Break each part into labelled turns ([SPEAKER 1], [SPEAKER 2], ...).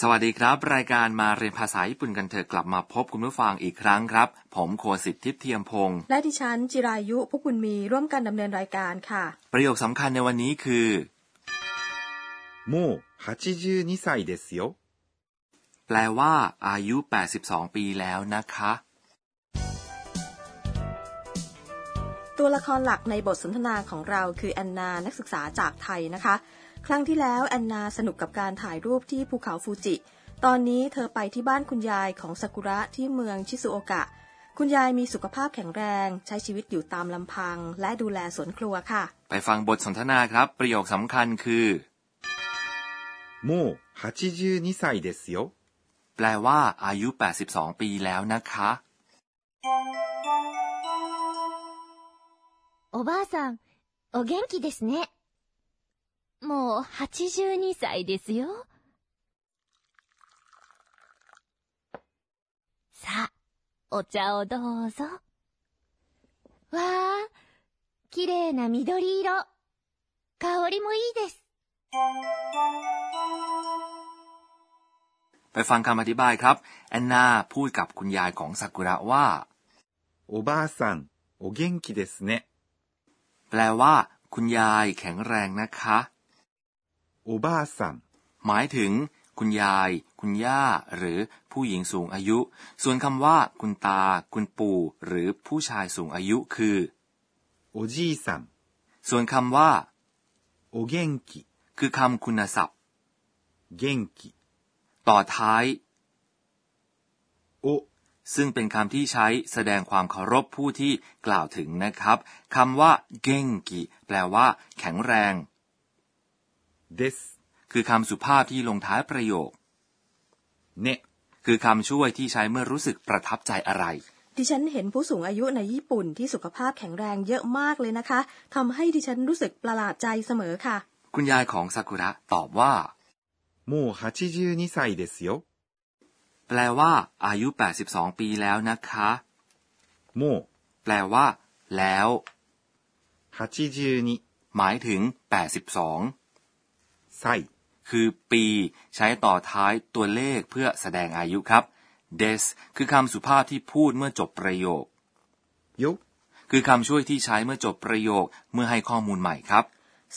[SPEAKER 1] สวัสดีครับ รายการมาเรียนภาษาญี่ปุ่นกันเถอะกลับมาพบคุณผู้ฟังอีกครั้งครับ ผมโคสิทธิ์ทิพย์เทียมพงศ์
[SPEAKER 2] และดิฉันจิรายุพวกคุณมีร่วมกันดำเนินรายการค่ะ
[SPEAKER 1] ประโยคสำคัญในวันนี้คือ
[SPEAKER 3] もう82歳ですよ。
[SPEAKER 1] แปลว่า อายุ 82 ปีแล้วนะคะ
[SPEAKER 2] ตัวละครหลักในบทสนทนาของเราคือแอนนานักศึกษาจากไทยนะคะ ครั้งที่แล้วแอนนาสนุกกับการถ่ายรูปที่ภูเขาฟูจิ ตอนนี้เธอไปที่บ้านคุณยายของซากุระที่เมืองชิซุโอกะ คุณยายมีสุขภาพแข็งแรง ใช้ชีวิตอยู่ตามลำพัง และดูแลสวนครัวค่ะ
[SPEAKER 1] ไปฟังบทสนทนาครับ ประโยคสำคัญคือ
[SPEAKER 3] もう82歳ですよ。
[SPEAKER 1] แปลว่า อายุ 82 ปีแล้วนะคะ
[SPEAKER 4] おばあさん、お元気ですね。もう82歳ですよ。さあ、お茶をどうぞ。わあ、綺麗な緑色。香りもいいです。
[SPEAKER 1] ไปฟังคำอธิบายครับ แอนนาพูดกับคุณยายของซากุระว่า
[SPEAKER 3] おばあさん、お元気ですね。
[SPEAKER 1] แปลว่า คุณยายแข็งแรงนะคะ
[SPEAKER 3] おばあさん、
[SPEAKER 1] หมายถึง คุณยาย คุณย่า หรือผู้หญิงสูงอายุ ส่วนคำว่า คุณตา คุณปู่ หรือผู้ชายสูงอายุคือ
[SPEAKER 3] おじいさん、
[SPEAKER 1] ส่วนคำว่า
[SPEAKER 3] お元気、
[SPEAKER 1] คือคำคุณศัพท์
[SPEAKER 3] 元気、
[SPEAKER 1] ต่อท้าย
[SPEAKER 3] お、
[SPEAKER 1] ซึ่งเป็นคำที่ใช้แสดงความเคารพผู้ที่กล่าวถึงนะครับคำว่าเก่งกิแปลว่า แข็งแรง
[SPEAKER 3] です、
[SPEAKER 1] คือคำสุภาพที่ลงท้ายประโยค
[SPEAKER 3] ね。
[SPEAKER 1] คือคำช่วยที่ใช้เมื่อรู้สึกประทับใจอะไร
[SPEAKER 2] ดิฉันเห็นผู้สูงอายุในญี่ปุ่นที่สุขภาพแข็งแรงเยอะมากเลยนะคะทำให้ดิฉันรู้สึกประหลาดใจเสมอค่ะ
[SPEAKER 1] คุณยายของซากุระตอบว่า
[SPEAKER 3] もう82歳ですよ。
[SPEAKER 1] แปลว่า อายุ 82 ปีแล้วนะคะ
[SPEAKER 3] も
[SPEAKER 1] แปลว่า แล้ว
[SPEAKER 3] う82
[SPEAKER 1] หมายถึง 82
[SPEAKER 3] 歳
[SPEAKER 1] คือปี ใช้ต่อท้ายตัวเลขเพื่อแสดงอายุครับ des คือคำสุภาพที่พูดเมื่อจบประโยค
[SPEAKER 3] よ。
[SPEAKER 1] คือคำช่วยที่ใช้เมื่อจบประโยคเมื่อให้ข้อมูลใหม่ครับ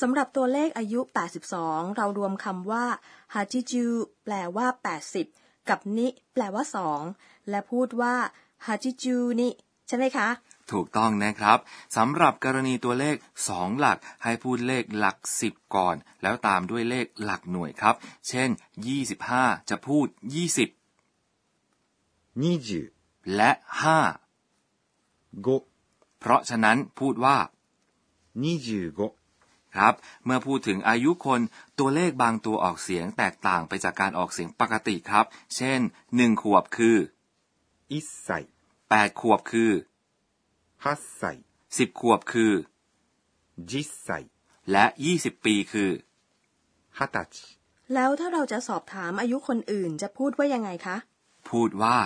[SPEAKER 2] สำหรับตัวเลขอายุ 82 เรารวมคำว่าฮาจิจูแปลว่า 80 กับนิ แปลว่า 2 และพูดว่าฮาจิจูนิใช่ไหมคะ
[SPEAKER 1] ถูกต้องนะครับสำหรับกรณีตัวเลข 2 หลักให้พูดเลขหลัก 10 ก่อน แล้วตามด้วยเลขหลักหน่วยครับ เช่น 25 จะพูด 20
[SPEAKER 3] 25
[SPEAKER 1] และ 5 เพราะฉะนั้นพูดว่า
[SPEAKER 3] 25
[SPEAKER 1] ครับ เมื่อพูดถึงอายุคนตัวเลขบางตัวออกเสียงแตกต่างไปจากการออกเสียงปกติครับ เช่น 1 ขวบคือ
[SPEAKER 3] 1歳
[SPEAKER 1] 8 ขวบคือ
[SPEAKER 3] 8歳
[SPEAKER 1] 10 ขวบคือ
[SPEAKER 3] 10歳
[SPEAKER 1] และ 20 ปีคือ
[SPEAKER 3] 20歳
[SPEAKER 2] แล้วถ้าเราจะสอบถามอายุคนอื่นจะพูดว่ายังไงคะ
[SPEAKER 1] พูดว่า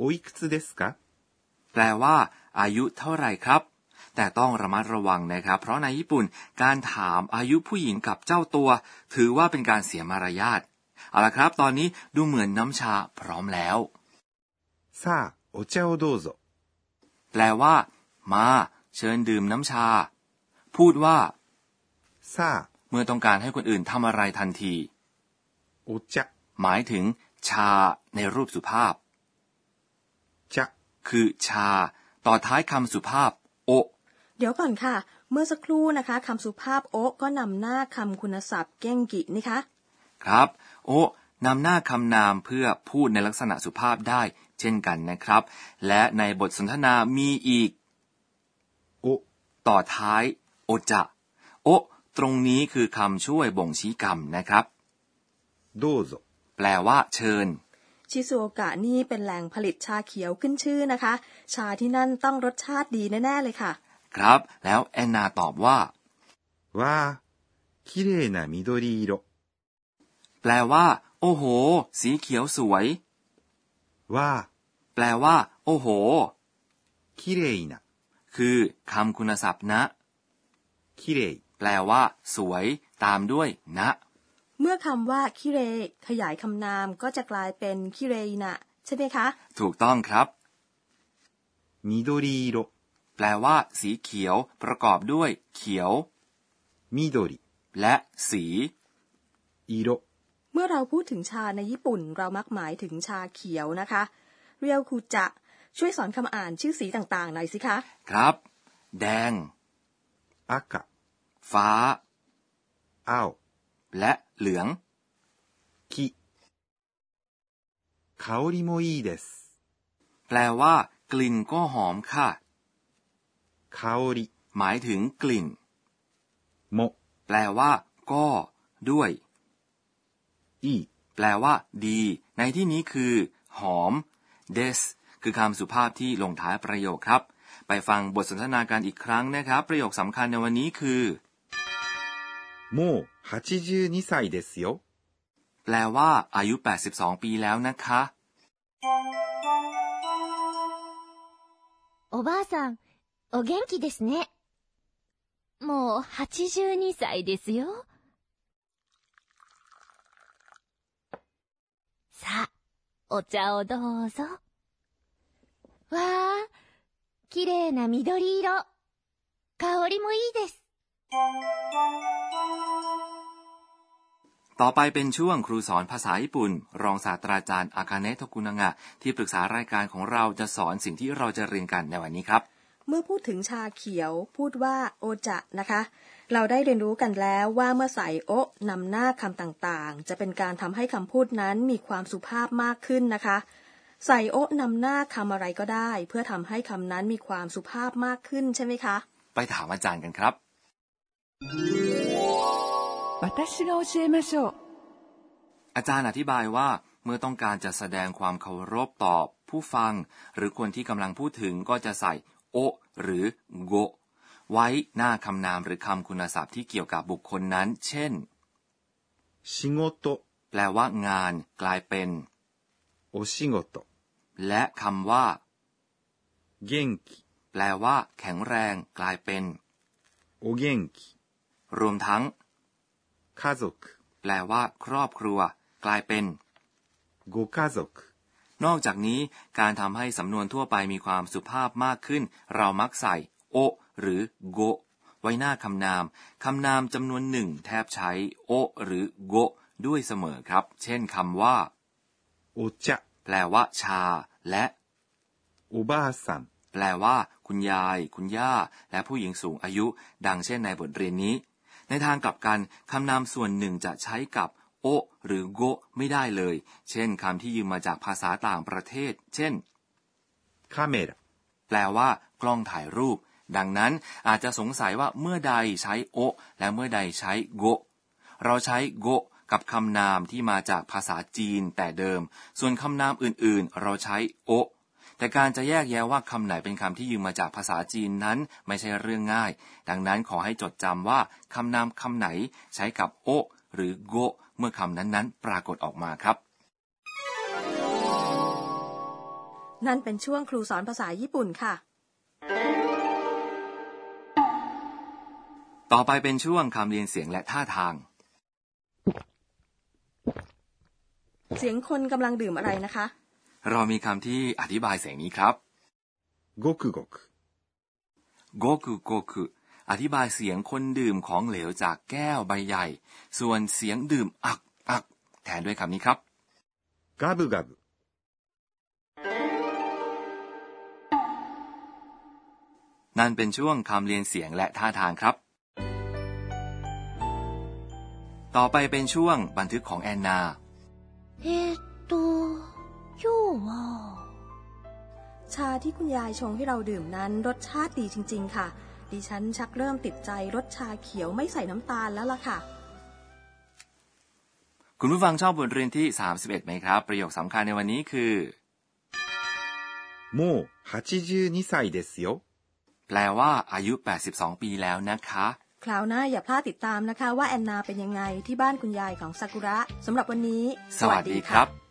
[SPEAKER 3] おいくつですか
[SPEAKER 1] แปลว่า อายุเท่าไหร่ครับ แต่ต้องระมัดระวังนะครับ เพราะในญี่ปุ่นการถามอายุผู้หญิงกับเจ้าตัว ถือว่าเป็นการเสียมารยาทเอาละครับ ตอนนี้ดูเหมือนน้ำชาพร้อมแล้ว
[SPEAKER 3] さあお茶をどうぞ
[SPEAKER 1] แปลว่า มา เชิญดื่มน้ำชา พูดว่า
[SPEAKER 3] さあ
[SPEAKER 1] เมื่อต้องการให้คนอื่นทำอะไรทันที
[SPEAKER 3] お茶
[SPEAKER 1] หมายถึง ชา ในรูปสุภาพ
[SPEAKER 3] 茶
[SPEAKER 1] คือ ชา ต่อท้ายคำสุภาพ โอะ
[SPEAKER 2] เดี๋ยวก่อนค่ะ เมื่อสักครู่นะคะคำสุภาพโอะก็นำหน้าคำคุณศัพท์เก้งกินะคะ
[SPEAKER 1] ครับ โอะนำหน้าคำนามเพื่อพูดในลักษณะสุภาพได้ เช่นกันนะครับ และในบทสนทนามีอีก
[SPEAKER 3] お
[SPEAKER 1] ต่อท้าย โอจะโอะตรงนี้คือคำช่วยบ่งชี้กรรมนะครับ
[SPEAKER 3] どうぞ
[SPEAKER 1] แปลว่า เชิญ
[SPEAKER 2] ชิซูโอกะนี่เป็นแหล่งผลิตชาเขียวขึ้นชื่อนะคะ ชาที่นั่นต้องรสชาติดีแน่ ๆ เลยค่ะ
[SPEAKER 1] ครับ แล้วแอนนาตอบว่า
[SPEAKER 3] わあ綺麗な緑色
[SPEAKER 1] แปลว่า โอ้โห สีเขียวสวย
[SPEAKER 3] わあ
[SPEAKER 1] แปลว่า โอ้โห
[SPEAKER 3] 綺麗な
[SPEAKER 1] คือคำคุณศัพท์นะ
[SPEAKER 3] 綺麗
[SPEAKER 1] แปลว่า สวย ตามด้วย นะ
[SPEAKER 2] เมื่อคำว่าคิเรขยายคำนามก็จะกลายเป็นคิเรนะใช่ไหมคะ
[SPEAKER 1] ถูกต้องครับ
[SPEAKER 3] 緑色、
[SPEAKER 1] แปลว่า สีเขียว ประกอบด้วย เขียว
[SPEAKER 3] 緑、
[SPEAKER 1] และสี
[SPEAKER 3] 色、
[SPEAKER 2] เมื่อเราพูดถึงชาในญี่ปุ่นเรามักหมายถึงชาเขียวนะคะ เรียวคูจะ ช่วยสอนคำอ่านชื่อสีต่างๆหน่อยสิคะ
[SPEAKER 1] ครับ แดง
[SPEAKER 3] 赤、
[SPEAKER 1] ฟ้า
[SPEAKER 3] 青、
[SPEAKER 1] และเหลือง
[SPEAKER 3] 木。香りもいいです。
[SPEAKER 1] แปลว่า กลิ่นก็หอมค่ะ
[SPEAKER 3] 香り
[SPEAKER 1] หมายถึงกลิ่น
[SPEAKER 3] も
[SPEAKER 1] แปลว่า ก็ ด้วย
[SPEAKER 3] いい。
[SPEAKER 1] แปลว่า ดี ในที่นี้คือ หอม des คือคำสุภาพที่ลงท้ายประโยคครับ ไปฟังบทสนทนากันอีกครั้งนะครับ ประโยคสำคัญในวันนี้คือ
[SPEAKER 3] もう82歳ですよ。
[SPEAKER 1] แปลว่า อายุ 82 ปีแล้วนะคะ
[SPEAKER 4] おばあさん、お元気ですね。もう82歳ですよ。さあ、お茶をどうぞ。わあ、綺麗な緑色。香りもいいです。
[SPEAKER 1] ต่อไปเป็นช่วงครูสอนภาษาญี่ปุ่น รองศาสตราจารย์ อาคาเนะโทกุนางะ ที่ปรึกษารายการของเราจะสอนสิ่งที่เราจะเรียนกันในวันนี้ครับ
[SPEAKER 2] เมื่อพูดถึงชาเขียวพูดว่าโอจะนะคะ เราได้เรียนรู้กันแล้วว่าเมื่อใส่โอะนำหน้าคำต่างๆ จะเป็นการทำให้คำพูดนั้นมีความสุภาพมากขึ้นนะคะ ใส่โอะนำหน้าคำอะไรก็ได้ เพื่อทำให้คำนั้นมีความสุภาพมากขึ้นใช่ไหมคะ
[SPEAKER 1] ไปถามอาจารย์กันครับ
[SPEAKER 5] 私が教えましょう。
[SPEAKER 1] อาจารย์อธิบายว่าเมื่อต้องการจะแสดงความเคารพต่อผู้ฟัง หรือคนที่กำลังพูดถึงก็จะใส่ โอ หรือโกะไว้หน้าคำนามหรือคำคุณศัพท์ที่เกี่ยวกับบุคคลนั้น เช่น
[SPEAKER 3] 仕事、
[SPEAKER 1] แปลว่างานกลายเป็น
[SPEAKER 3] お仕事、
[SPEAKER 1] และคำว่า
[SPEAKER 3] 元気、
[SPEAKER 1] แปลว่า แข็งแรงกลายเป็น
[SPEAKER 3] お元気、
[SPEAKER 1] รวมทั้ง
[SPEAKER 3] 家族、
[SPEAKER 1] แปลว่า ครอบครัว กลายเป็น
[SPEAKER 3] ご家族、
[SPEAKER 1] นอกจากนี้การทำให้สำนวนทั่วไปมีความสุภาพมากขึ้น เรามักใส่ โอ หรือโกะไว้หน้าคำนาม คำนามจำนวนหนึ่งแทบใช้ โอ หรือโกะด้วยเสมอครับ เช่นคำว่า
[SPEAKER 3] お茶、
[SPEAKER 1] แปลว่า ชา และ
[SPEAKER 3] おばあさん、
[SPEAKER 1] แปลว่า คุณยาย คุณย่า และผู้หญิงสูงอายุ ดังเช่นในบทเรียนนี้ ในทางกลับกันคำนามส่วนหนึ่งจะใช้กับ โอ หรือโกะไม่ได้เลย เช่นคำที่ยืมมาจากภาษาต่างประเทศ เช่น
[SPEAKER 3] カメラ、
[SPEAKER 1] แปลว่ากล้องถ่ายรูป ดังนั้นอาจจะสงสัยว่าเมื่อใดใช้โอะและเมื่อใดใช้โกะเราใช้โกะกับคำนามที่มาจากภาษาจีนแต่เดิม ส่วนคำนามอื่นๆ เราใช้โอะแต่การจะแยกแยะว่าคำไหนเป็นคำที่ยืมมาจากภาษาจีนนั้นไม่ใช่เรื่องง่าย ดังนั้นขอให้จดจำว่าคำนามคำไหนใช้กับโอะหรือโกะเมื่อคำนั้นๆ ปรากฏออกมาครับ
[SPEAKER 2] นั่นเป็นช่วงครูสอนภาษาญี่ปุ่นค่ะ
[SPEAKER 1] ต่อไปเป็นช่วงคำเรียนเสียงและท่าทาง
[SPEAKER 2] เสียงคนกำลังดื่มอะไรนะคะ
[SPEAKER 1] เรามีคำที่อธิบายเสียงนี้ครับ
[SPEAKER 3] ごくごく、
[SPEAKER 1] โกคุโกคุอธิบายเสียงคนดื่มของเหลวจากแก้วใบใหญ่ ส่วนเสียงดื่มอักอักแทนด้วยคำนี้ครับ
[SPEAKER 3] ガブガブ、
[SPEAKER 1] นั่นเป็นช่วงคำเรียนเสียงและท่าทางครับ ต่อไปเป็นช่วงบันทึกของแอนนา
[SPEAKER 4] えーっと、今日は、
[SPEAKER 2] ชาที่คุณยายชงให้เราดื่มนั้นรสชาติดีจริง ๆ ค่ะ ดิฉันชักเริ่มติดใจรสชาเขียวไม่ใส่น้ำตาลแล้วล่ะค่ะ
[SPEAKER 1] คุณผู้ฟังชอบบทเรียนที่ 31 ไหมครับ ประโยคสำคัญในวันนี้คือ
[SPEAKER 3] もう82歳ですよ。
[SPEAKER 1] แปลว่า อายุ 82 ปีแล้วนะคะ
[SPEAKER 2] คราวหน้าอย่าพลาดติดตามนะคะ ว่าแอนนาเป็นยังไงที่บ้านคุณยายของซากุระสำหรับวันนี้
[SPEAKER 1] สวัสดีครับ